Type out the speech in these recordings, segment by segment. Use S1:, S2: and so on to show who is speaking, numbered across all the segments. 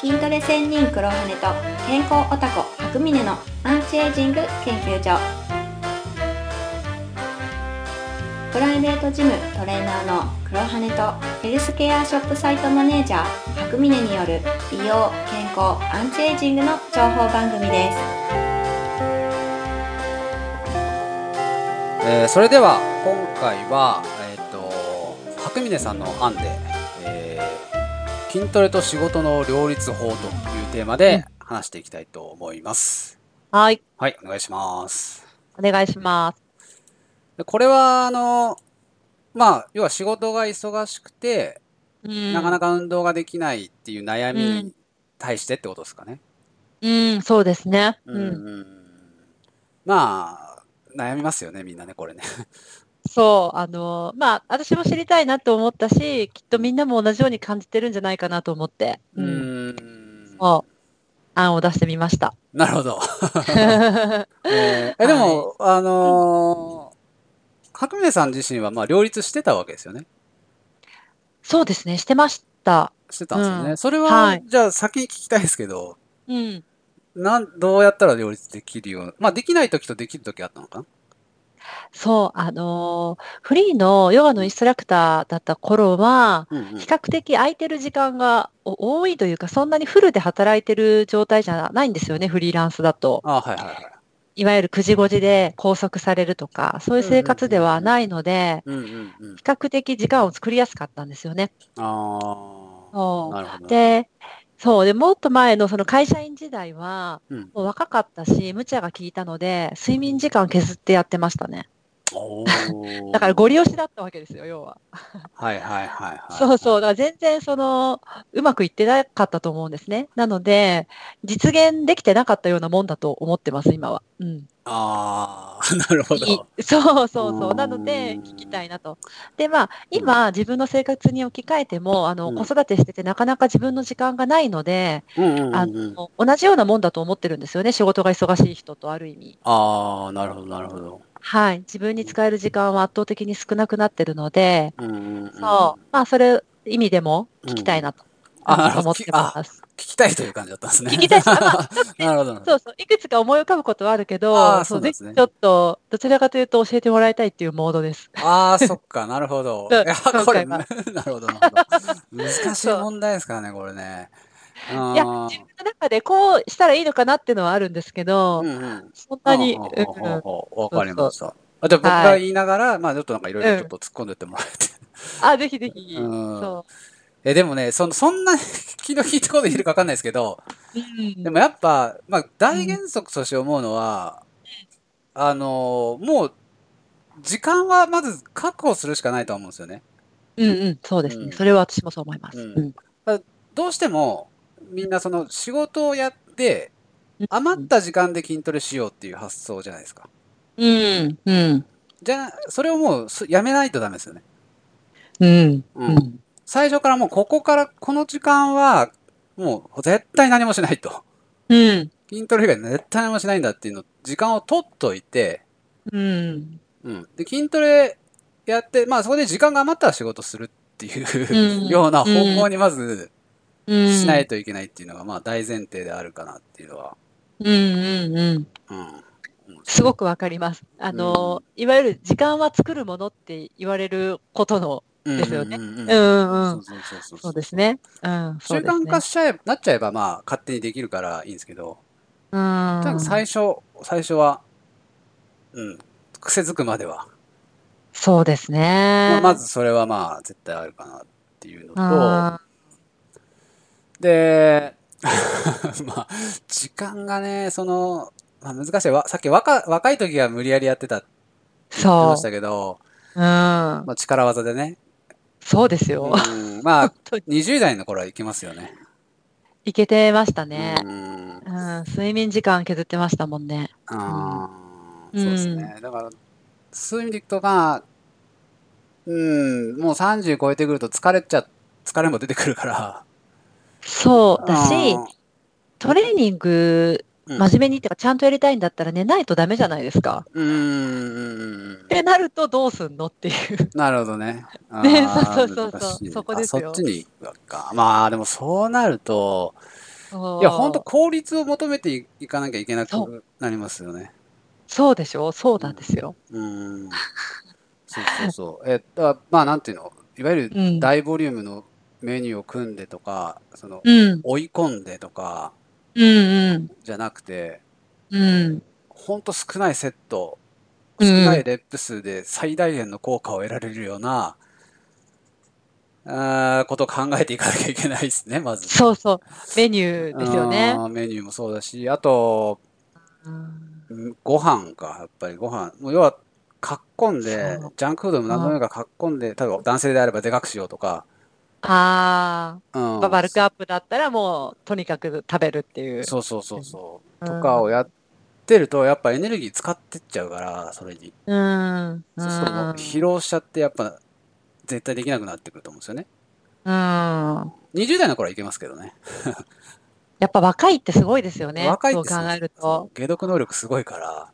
S1: 筋トレ専任黒羽と健康オタコ白峰のアンチエイジング研究所プライベートジムトレーナーの黒羽とヘルスケアショップサイトマネージャー白峰による美容健康アンチエイジングの情報番組です
S2: えーそれでは今回は、えー、と白峰さんの案で、えー筋トレと仕事の両立法というテーマで話していきたいと思います。
S3: はい。
S2: はい、お願いします。
S3: お願いします。
S2: でこれはあのまあ要は仕事が忙しくて、
S3: うん
S2: なかな
S3: か。
S2: か運動ができないっていう悩みに対してってことですかね。
S3: うん、そうですね。う。
S2: うんんまあ悩みますよねみんなねこれね。
S3: そう、あのーまあ、私も知りたいなと思ったし、きっとみんなも同じように感じてるんじゃないかなと思って、
S2: う
S3: うん
S2: ん
S3: そう、案を出してみました。
S2: なるほど。
S3: う
S2: えーえでも、あのー、白明さん自身はまあ両立してたわけですよね。
S3: そうですね、してました。
S2: してたんですよね。
S3: う
S2: それは、
S3: はい
S2: じゃあ先に聞きたいですけど、
S3: うん。なん
S2: どうやったら両立できるような、まあできない時とできる時あったのかな
S3: そう、あのーフリーのヨガのインストラクターだった頃は、
S2: うんうん
S3: 比較的空いてる時間がお多いというか、そんなにフルで働いてる状態じゃないんですよね、フリーランスだと。
S2: あはいはいはい。
S3: いわゆる9時5時で拘束されるとか、そういう生活ではないので、
S2: うんうんうん
S3: 比。較的時間を作りやすかったんですよね。
S2: ああ。
S3: そ
S2: なるほど。
S3: う。で、そう。で、もっと前のその会社員時代は、
S2: うん
S3: もう若かったし、無茶が効いたので、睡眠時間削ってやってましたね。
S2: お
S3: だから
S2: ご
S3: ご利用しだったわけですよ、要は。
S2: はいはいはいはい。。
S3: そうそうう。だから全然その、うまくいってなかったと思うんですね。なので、実現できてなかったようなもんだと思ってます、今は。うん。
S2: あ あ、なるほ
S3: い
S2: ど。
S3: そうそうそうう。
S2: ん
S3: なので、聞きたいなと。で、まあ、今、自分の生活に置き換えても、あの、
S2: うん
S3: 子育てしてて、なかなか自分の時間がないので、
S2: うんうんうん
S3: あ
S2: うん。
S3: の、同じようなもんだと思ってるんですよね。仕事が忙しい人とある意味。
S2: ああ、なるほどなるほど。
S3: はい。自分に使える時間は圧倒的に少なくなってるので、
S2: うんうんうん。
S3: そう。まあ、それ、意味でも聞きたいなと。
S2: あなるほど
S3: 思ってます。
S2: 聞きたいという感じだったんですね。
S3: 聞きたいし ま
S2: なるほど。なるほど
S3: そうそう。いくつか思い浮かぶことはあるけ
S2: あ
S3: ど、
S2: ーそうなんで
S3: ぜひ
S2: す
S3: ち
S2: ね
S3: ょっと、どちらかというと教えてもらいたいっていうモードです。
S2: ああ、そっか、なるほど。い
S3: そう
S2: や、
S3: 今
S2: これ、
S3: 回
S2: なる
S3: は
S2: ほど、なるほど。難しい
S3: そう
S2: 問題ですからね、これね。い
S3: いや、自分の中でこうしたらいいのかなっていうのはあるんですけど、
S2: うんうん。
S3: そんなに、
S2: ほう
S3: うん
S2: ほうほう
S3: うん
S2: ほうわかりました。あ、じゃあ僕
S3: はい
S2: が言いながら、まあちょっとなんかいろいろ
S3: うん
S2: ちょっと突っ込んでってもらえ
S3: あ、ぜひぜひ。
S2: て。うん。
S3: そ
S2: え、でもね、その、そんなに 気の利いたこと言えるかわかんないですけど、
S3: う。うん
S2: でもやっぱ、まあ大原則として思うのは、あのー、もう、時間はまず確保するしかないとは思うんですよね。
S3: うんうん、そうですね、
S2: うん
S3: それは私もそう思います。
S2: うん
S3: うん。
S2: どうしてもみんなその仕事をやって
S3: うん
S2: 余った時間で筋トレしようっていう発想じゃないですか。
S3: うん、うん、
S2: じゃあ、それをもうすやめないとダメですよね。
S3: うん、
S2: う。
S3: うんん。
S2: 最初からもうここからこの時間はもう絶対何もしないと。
S3: うん、
S2: 筋トレ以外絶対何もしないんだっていうの、時間を取っといて、
S3: うん、
S2: うん。で、筋トレやって、まあそこで時間が余ったら仕事するっていう、
S3: うん
S2: ような方向にまず
S3: うん。
S2: しないといけないっていうのがまあ大前提であるかなっていうのは。
S3: うん、うん、うん。
S2: うん。
S3: すごくわかります。あの、いわゆる時間は作るものって言われることの、ですよね
S2: うんうんうん
S3: う
S2: うん
S3: ん、うん。
S2: そうそうそうそ
S3: そううですね。うん、そ
S2: 習
S3: うですね。
S2: 慣化しちゃえ、なっちゃえば、まあ、勝手にできるからいいんですけど、
S3: うん。
S2: 多分最初、最初は、うん、癖づくまでは、
S3: そうです
S2: ま
S3: ね
S2: あ。まずそれはまあ、絶対あるかなっていうの
S3: う
S2: と、
S3: ん、
S2: で、 まあ、時間がね、その、まあ、難しい。わさっき若、若い時は無理やりやってたって言って
S3: そ
S2: ましたけど、
S3: う。うん。
S2: まあ、力技でね、
S3: そうですよ。
S2: うん、まあ
S3: 本、当に
S2: 20代の頃はいけますよね。
S3: いけてましたね。
S2: うん
S3: うん、睡眠時間削ってましたもんね。
S2: ああ、
S3: うん
S2: そうですね。だから、そういう意味でいくと、まあ、うん、もう30超えてくると疲れちゃ、疲れも出てくるから。
S3: そうだし
S2: あ、ー
S3: トレーニング、
S2: うん
S3: 真面目にってか、ちゃんとやりたいんだったら寝ないとダメじゃないですか。
S2: うーん
S3: っ。てなるとどうすんのっていう。
S2: なるほど ね。あー
S3: ねそうそうそうそう
S2: 難しい
S3: そこですよ
S2: あそっちに行くか。まあ、でもそうなると、
S3: そう
S2: いや、本当効率を求めていかなきゃいけなくなりますよね。
S3: そうでしょそうなんですよ。
S2: う ーん。そうそうそう。えっと、まあ、なんていうの、いわゆる
S3: うん。
S2: 大ボリュームのメニューを組んでとか、その、
S3: うん。
S2: 追い込んでとか、
S3: うん。
S2: じゃなくて、
S3: うん。うん。
S2: ほんと少ないセット、
S3: う
S2: 少
S3: ん
S2: ないレップ数で最大限の効果を得られるような、あーことを考えていかなきゃいけないですね、まず。
S3: そうそう。メニューですよね
S2: あ。ー。メニューもそうだし、あと、
S3: うん
S2: うんご飯か、やっぱりご飯。もう要は、かっこんで
S3: そう、
S2: ジャンクフードも何でもいいからかっこんで、例えば男性であればでかくしようとか、
S3: あ
S2: うん
S3: あ。バルクアップだったらもう、とにかく食べるっていう。
S2: そうそうそうそう。
S3: うん
S2: とかをやってると、やっぱエネルギー使ってっちゃうから、それに。
S3: うん。
S2: そうするともう疲労しちゃって、やっぱ、絶対できなくなってくると思うんですよね。
S3: うん。や
S2: 20代の頃はいけますけどね。
S3: っぱ若いってすごいですよね。
S2: 若いって
S3: そう考えると
S2: そ。う解毒能力すごいから。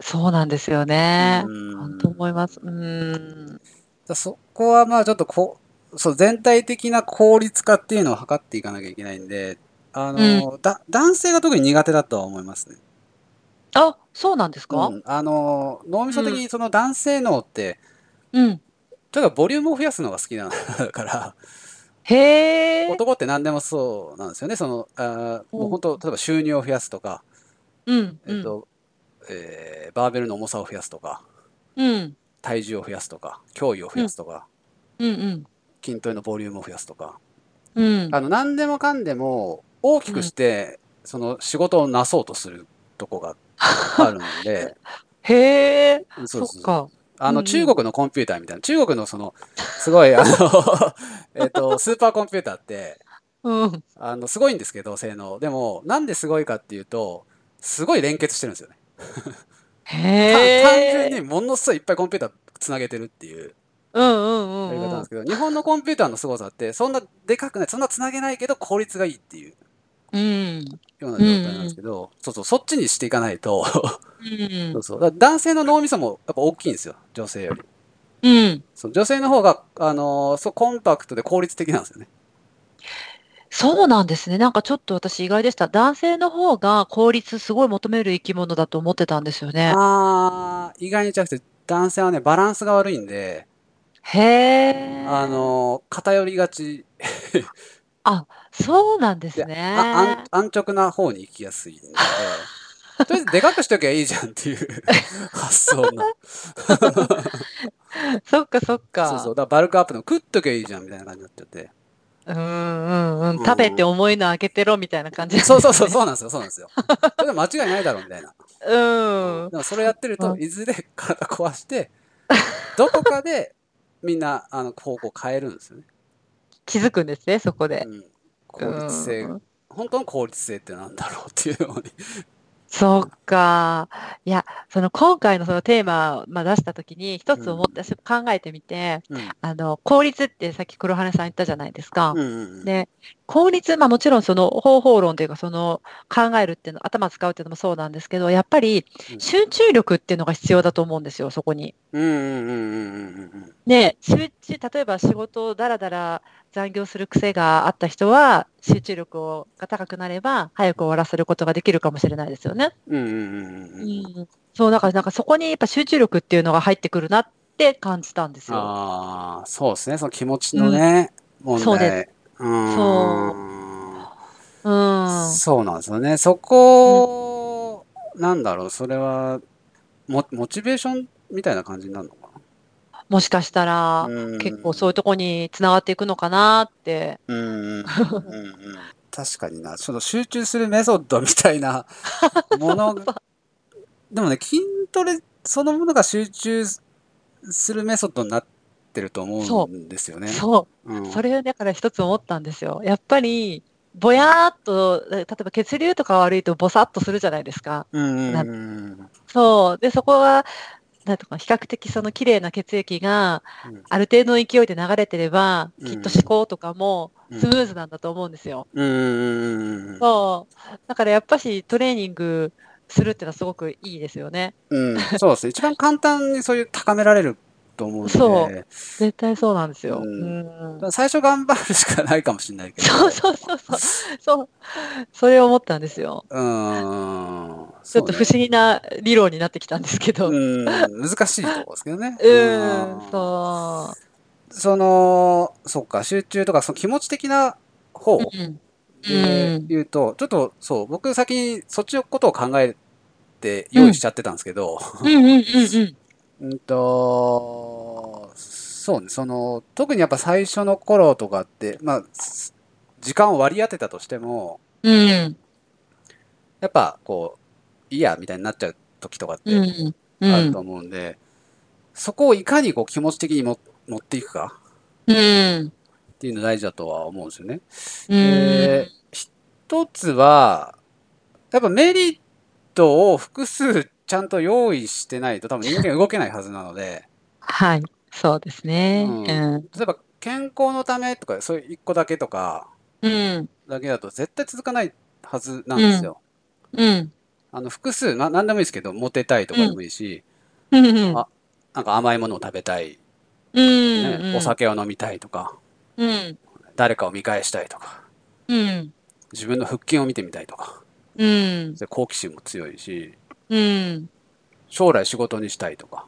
S3: そうなんですよね。
S2: うん
S3: 本当思います。うん。
S2: だそこはまあちょっとこう、そう、全体的な効率化っていうのを図っていかなきゃいけないんで、あの、だ男性が特に苦手だとは思いますね。
S3: あ、そうなんですか
S2: うん、あの、脳みそ的にその男性脳って、
S3: うん。
S2: とにかくボリュームを増やすのが好きなのだから、
S3: へえ。
S2: 男って何でもそうなんですよね。その、あーもう本当、例えば収入を増やすとか、
S3: うん。
S2: えっと、えーバーベルの重さを増やすとか、
S3: うん。
S2: 体重を増やすとか、脅威を増やすとか、
S3: うん。
S2: 筋トレのボリュームを増やすとか、
S3: うん。
S2: あの何でもかんでも大きくして、その仕事をなそうとするとこ があるので
S3: へえ。
S2: そう
S3: そ
S2: そう
S3: っか。
S2: あ
S3: うんう
S2: の
S3: ん
S2: 中国のコンピューターみたいな中国のそのすごいあの、 えっと、スーパーコンピューターって
S3: うん。
S2: あのすごいんですけど性能でもなんですごいかっていうとすごい連結してるんですよね、た
S3: へえ。
S2: 単純にものすごいいっぱいコンピューターつなげてるっていう
S3: うん
S2: や
S3: うんう
S2: り方
S3: ん
S2: なん
S3: う
S2: で
S3: ん
S2: す。けど、日本のコンピューターの凄さってそんなでかくないそんなつなげないけど効率がいいっていう
S3: うん。
S2: ような状態なんですけど、そうそうそっちにしていかないと
S3: うん
S2: そう。そう。だから男性の脳みそもやっぱ大きいんですよ、女性より。
S3: うん。
S2: そう女性の方が、あのーそう、コンパクトで効率的なんですよね。
S3: そうなんですね。なんかちょっと私意外でした。男性の方が効率すごい求める生き物だと思ってたんですよね。
S2: あー、意外にじゃなくて、男性はね、バランスが悪いんで、
S3: へえ。
S2: あのー偏りがち
S3: そうなんで
S2: で、
S3: すね。
S2: あ安安直な方に行きやすいんで、とりあえずでかくしときゃいいじゃんっていう 発想な。
S3: そっかそっか。
S2: そうそう。だからバルクアップの食っときゃいいじゃんみたいな感じになっちゃって。
S3: うんうんう
S2: うん
S3: ん。食べて重いの開けてろみたいな感じ。
S2: そうそうそう、そうなんですよ、そうなんですよ。それで間違いないだろうみたい な。
S3: うん。
S2: でもそれやってると
S3: う
S2: いずれ 体壊してどこかでみんなあの方向変えるんですよね。
S3: 気づくんですね、そこで
S2: う。ん、効率性
S3: うん
S2: 本当の効率性ってなんだろうって いうのに。
S3: そうか。いや、その今回のそのテーマをまあ出したときに、一つ思って、私考えてみて、
S2: うん
S3: あの、効率ってさっき黒羽さん言ったじゃないですか。
S2: うんうんうん
S3: で、効率、まあもちろんその方法論というか、その考えるっていうの、頭使うっていうのもそうなんですけど、やっぱり
S2: うん
S3: 集中力っていうのが必要だと思うんですよ、そこに。
S2: うんうんうんうんうん
S3: ね、集中、例えば仕事をだらだら残業する癖があった人は、集中力をが高くなれば、早く終わらせることができるかもしれないですよね。
S2: うんうんうんうんうん。
S3: そう、だからなんかそこにやっぱ集中力っていうのが入ってくるなって感じたんですよ。
S2: ああそうですねその気持ちのね、問題。
S3: そうで
S2: うん
S3: そうん。
S2: そうなんですよね。そこ、なんだろう、それは、モモチベーションみたいな感じになるのか
S3: もしかした
S2: な
S3: ら、
S2: うん
S3: 結構そういうとこに繋がっていくのかなって。
S2: うんうんうん確かにな、その集中するメソッドみたい なものが、でもね、筋トレそのものが集中するメソッドになってると思
S3: そ
S2: うんですよね。
S3: そうう。
S2: ん
S3: それをだから一つ思ったんですよ。やっぱり、ぼやーっと、例えば血流とか悪いとぼさっとするじゃないですか。
S2: うんうん
S3: な
S2: うん
S3: そう。で、そこは、なんとか、比較的その綺麗な血液が
S2: うん、
S3: ある程度の勢いで流れてれば、
S2: うん
S3: きっと思考とかも
S2: うん
S3: スムーズなんだと思うんですよ。
S2: うんうんうん
S3: そう。だからやっぱしトレーニングするってのはすごくいいですよね。
S2: うんそうですね。一番簡単にそういう高められると思うんで、
S3: そう絶対そうなんですよ。
S2: う
S3: うんん
S2: 最初頑張るしかないかもしれないけど、
S3: そうそうそうそう。そう。それを思ったんですよ。
S2: うーん、
S3: ちょっと不思議な理論になってきたんですけど。
S2: そう
S3: うん、
S2: ねうん、難しいところですけど ね。う
S3: そ
S2: ん。その、そっか、集中とか、その気持ち的な方
S3: う。うん。
S2: で
S3: うん
S2: 言うと、ちょっとそう、僕先にそっちのことを考えて用意しちゃってたんですけど、
S3: うんうんうんうん。
S2: うんと、そうね、その、特にやっぱ最初の頃とかって、まあ、す時間を割り当てたとしても、
S3: うん。
S2: やっぱこう、いいや、みたいになっちゃう時とかって
S3: うん。う
S2: あると
S3: ん。
S2: 思うんで、そこをいかにこう気持ち的にも持っていくか
S3: うん。
S2: っていうの大事だとは思うんですよね。
S3: うん
S2: で、一つは、やっぱメリットを複数ちゃんと用意してないと多分人間動けないはずなので、
S3: はい。そうですね。
S2: うん
S3: うん。
S2: 例えば健康のためとか、そういう一個だけとか、
S3: うん。
S2: だけだと絶対続かないはずなんですよ。
S3: うん。
S2: あの、複数、な、なんでもいいですけど、モテたいとかでもいいし、
S3: うんうん。
S2: あなんか甘いものを食べたい、
S3: うん
S2: ねお。酒を飲みたいとか、
S3: うん。
S2: 誰かを見返したいとか、
S3: うん。
S2: 自分の腹筋を見てみたいとか、
S3: うん。
S2: で好奇心も強いし、
S3: うん。
S2: 将来仕事にしたいとか、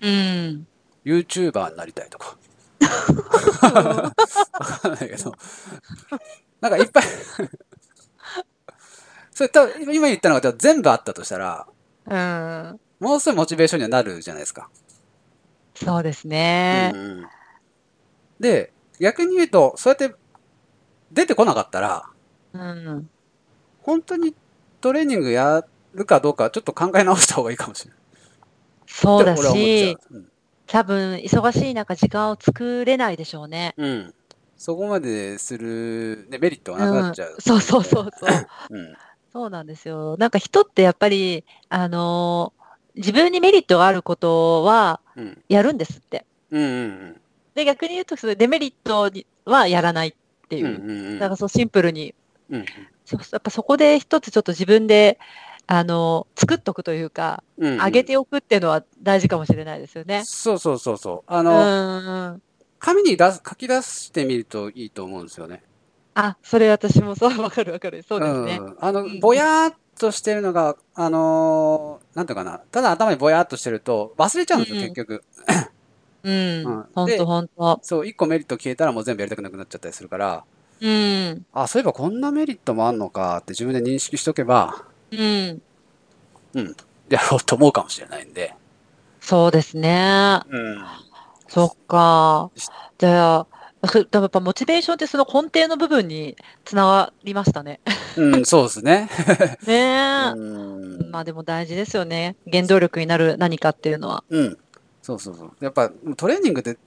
S3: うん。
S2: YouTuber になりたいとか。わかんないけど。なんかいっぱい。それ多分、今言ったのが全部あったとしたら、
S3: うん。
S2: もうすぐモチベーションにはなるじゃないですか。
S3: そうですね
S2: う。んうんで、逆に言うと、そうやって出てこなかったら、
S3: うん。
S2: 本当にトレーニングやるかどうかちょっと考え直した方がいいかもしれない。
S3: そうだ
S2: って俺は思っち
S3: し、
S2: ゃう。うん
S3: 多分、忙しい中、時間を作れないでしょうね。
S2: うん。そこまでする、ね、メリットがなくな
S3: うん
S2: っちゃう。
S3: そうそうそうそう。
S2: うん。
S3: そうなんですよ。なんか人ってやっぱり、あのー自分にメリットがあることは
S2: うん。
S3: やるんですって。
S2: うんうん
S3: で、逆に言うと、それデメリットにはやらないって
S2: う
S3: い
S2: ん。
S3: う。
S2: うんうんうん。
S3: だからそうシンプルに。
S2: うん
S3: そやっぱそこで一つちょっと自分で、あのー作っとくというか、
S2: うん。
S3: 上げておくっていうのは大事かもしれないですよね。
S2: そうそうそうそう。あ
S3: う
S2: の、
S3: ん。
S2: 紙に出す、書き出してみるといいと思うんですよね。
S3: あ、それ私もそう、わかるわかる。そうですね。
S2: ん。あの
S3: うん、
S2: ぼやーっとしてるのが、あのーなんていうかな。ただ頭にぼやーっとしてると忘れちゃうんですよ、
S3: うんう
S2: 結
S3: ん
S2: 局。
S3: うん
S2: うん。
S3: ほん
S2: で
S3: とほんと。
S2: そう、一個メリット消えたらもう全部やりたくなくなっちゃったりするから、
S3: うん。
S2: あ、そういえばこんなメリットもあんのかって自分で認識しとけば、
S3: うん。
S2: やろうと思うかもしれないんで。
S3: そうですね。
S2: うん。
S3: そっか
S2: し。
S3: じゃあ、ふでもやっぱモチベーションってその根底の部分につながり ましたね。
S2: うん、そうですね。
S3: ね
S2: う
S3: え。
S2: ん
S3: まあでも大事ですよね。原動力になる何かっていうのは。
S2: うん。そうそうそう。やっぱトレーニングって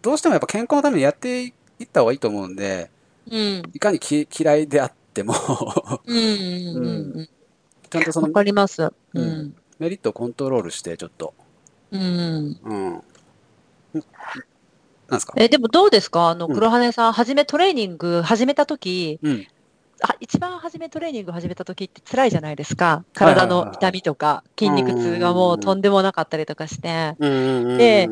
S2: どうしてもやっぱ健康のためにやっていった方がいいと思うんで、
S3: うん。
S2: いかにき嫌いであっても、
S3: うんうんうんうん。
S2: ちゃんとそ
S3: わ
S2: の
S3: かります。う。
S2: うんメリットをコントロールして、ちょっと。
S3: うん。
S2: うん。んなんですか
S3: え、でもどうですかあの、
S2: うん
S3: 黒羽さん、初めトレーニング始めたとき、
S2: うん。
S3: あ、一番初めトレーニング始めたときって辛いじゃないですか。体
S2: はい
S3: の
S2: はいはい
S3: 痛みとか、筋肉痛がもうとんでもなかったりとかして。
S2: うん
S3: で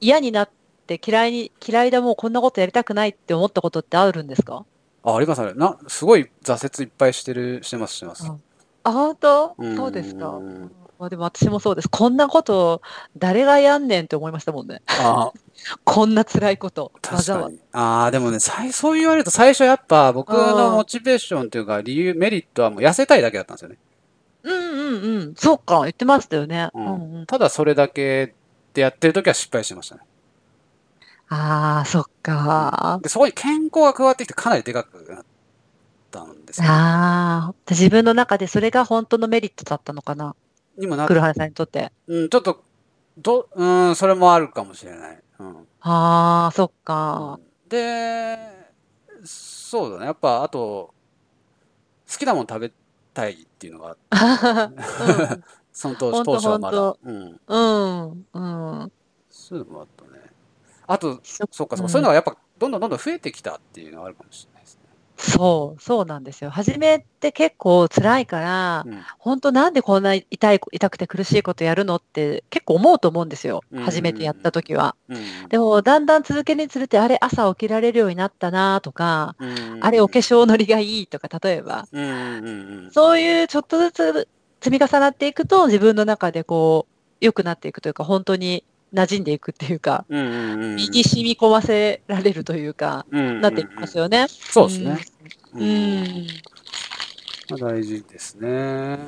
S3: 嫌になって嫌いに、嫌いだもうこんなことやりたくないって思ったことってあるんですか
S2: あ、ありますあれ。な、すごい挫折いっぱいしてる、してます、してます
S3: あ。あ、本当
S2: うん
S3: そうですか
S2: う。ん
S3: まあでも私もそうです。こんなこと誰がやんねんって思いましたもんね。
S2: あ
S3: こんな辛いこと。わ
S2: 確
S3: ざ
S2: か
S3: わざ。
S2: に。ああ、でもね、最そう言われると最初やっぱ僕のモチベーションというか理由、メリットはもう痩せたいだけだったんですよね。
S3: うんうんうん。そうか、言ってましたよね。
S2: う
S3: うんんうん。
S2: ただそれだけでやってるときは失敗してましたね。
S3: ああ、そっか。
S2: で、そこに健康が加わってきてかなりでかくなったんですよ。
S3: ああ、自分の中でそれが本当のメリットだったのかな。
S2: にもなっ
S3: 黒原さんにとって。
S2: うん、ちょっと、ど、うん、それもあるかもしれない。うん。
S3: ああ、そっか。
S2: で、そうだね。やっぱ、あと、好きなもの食べたいっていうのが、
S3: うん
S2: その当時、
S3: ほんと
S2: 当初はまだ
S3: ほん。
S2: うん。
S3: うん、うん。
S2: そういうのもあったね。あと、
S3: そ
S2: そうか、そううんそういうのがやっぱ、どんどんどんどん増えてきたっていうのがあるかもしれないですね。
S3: そう、そうなんですよ。初めって結構辛いから、
S2: うん
S3: 本当なんでこんな痛い、痛くて苦しいことやるのって結構思うと思うんですよ
S2: うん。
S3: 初めてやった時は。
S2: うん
S3: でも、だんだん続けにつれて、あれ朝起きられるようになったなとか、
S2: うん
S3: あれお化粧のりがいいとか、例えば、
S2: うんうんうん
S3: そういうちょっとずつ積み重なっていくと、自分の中でこう、良くなっていくというか、本当に馴染んでいくっていうか、
S2: うんうんうん
S3: 身に染み込ませられるというか、なっていきますよね。
S2: そうですね。
S3: うん。うん
S2: まあ大事ですね。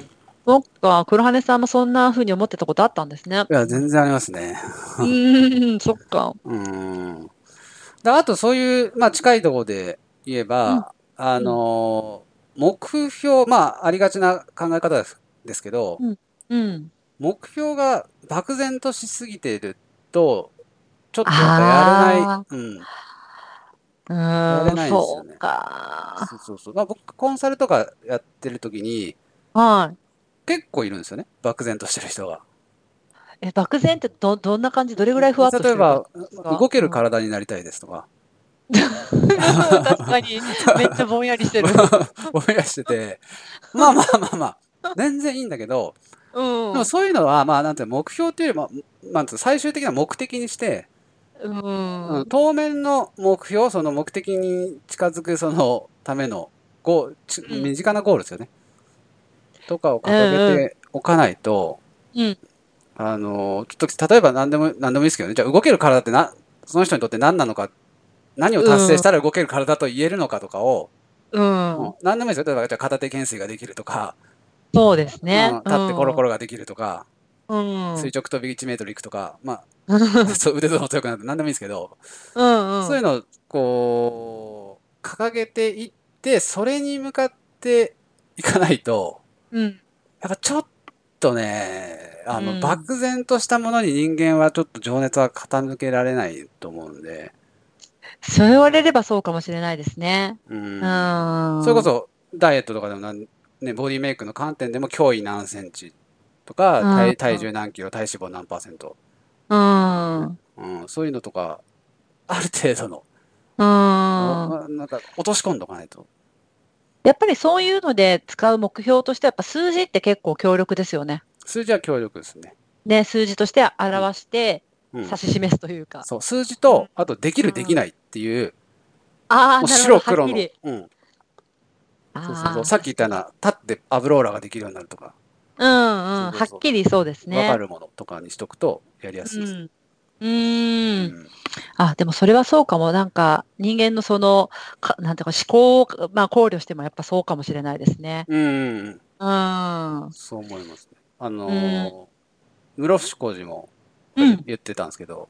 S3: そっか、黒羽さんもそんな風に思ってたことあったんで すね。
S2: いや、全然ありますね。
S3: うーん、そっか。
S2: うん。だあとそういう、まあ近いところで言えば、
S3: うん
S2: あのー、目標、まあありがちな考え方ですですけど、
S3: うん。
S2: 目標が漠然としすぎてると、ちょっとやっ
S3: あ
S2: ぱやれない。うん。
S3: う
S2: やれ
S3: ー
S2: ないです
S3: ん、
S2: よ
S3: そ
S2: ね
S3: うか。
S2: そうそうそう。まあ僕、コンサルとかやってる時に、
S3: はい。
S2: 結構いるんですよね。漠然としてる人が。
S3: え、漠然ってど、どんな感じどれぐらいふわっとして
S2: 例え
S3: る
S2: ば、
S3: か
S2: 動ける体になりたいですとか、
S3: うん 確かに、めっちゃぼんやりしてる。
S2: 思い出して て、まあまあまあまあ、全然いいんだけど、
S3: うん。
S2: でもそういうのは、まあ、なんていうの目標っていうよりも、なんていうの最終的な目的にして、
S3: うん。
S2: うん当面の目標、その目的に近づくそのためのゴールち
S3: うん
S2: 身近なゴールですよね。とかを掲げておかないと、
S3: うん
S2: あの、ちょっと、例えば何でも、何でもいいですけどね、じゃあ動ける体ってな、その人にとって何なのか、何を達成したら動ける体と言えるのかとかを、
S3: うん。
S2: 何でもいいですよ。例えば、じゃあ片手懸垂ができるとか、
S3: そうですね
S2: うん。立ってコロコロができるとか、
S3: うん。うん。
S2: 垂直跳び1メートルいくとか、まあ、
S3: うん
S2: そう腕相撲強くなって何でもいいんですけど、
S3: うん。
S2: そういうのをこう掲げていってそれに向かっていかないと
S3: うん。
S2: やっぱちょっとねあの、
S3: うん
S2: 漠然としたものに人間はちょっと情熱は傾けられないと思うんで、
S3: そう言われればそうかもしれないですね。
S2: うん
S3: うん。
S2: それこそダイエットとかでもなん、ね、ボディメイクの観点でも脅威何センチとか
S3: うん
S2: 体体重何キロ体脂肪何パーセント、
S3: うん。うん。
S2: うん、そういうのとかある程度の、まあなんか落とし込んどかないと。
S3: やっぱりそういうので使う目標としてはやっぱ数字って結構強力ですよね。
S2: 数字は強力ですね。
S3: ね、数字として表して
S2: うん
S3: 指し示すというか。
S2: そう、数字と、あと、できる、
S3: うん
S2: できないっていう、
S3: あ
S2: も
S3: あ、
S2: う
S3: なる
S2: 白
S3: ほ
S2: 黒
S3: ど。はっ
S2: の。
S3: きり。
S2: うん。そうそう
S3: あ
S2: そう。
S3: あ
S2: さっき言ったような、立ってアブローラができるようになるとか、
S3: うんうん。
S2: そうそう
S3: は
S2: そう
S3: っきりそうです
S2: わ
S3: ね。
S2: かるものとかにしとくと、やりやすいです。
S3: うん。う
S2: う
S3: ーん。あ、でもそれはそうかも。なんか人間のその、かなんていうか思考を、まあ、考慮してもやっぱそうかもしれないですね。
S2: うん。うん。
S3: うん。うん。
S2: そう思いますね。あのー、室伏浩二も
S3: うん
S2: 言ってたんですけど、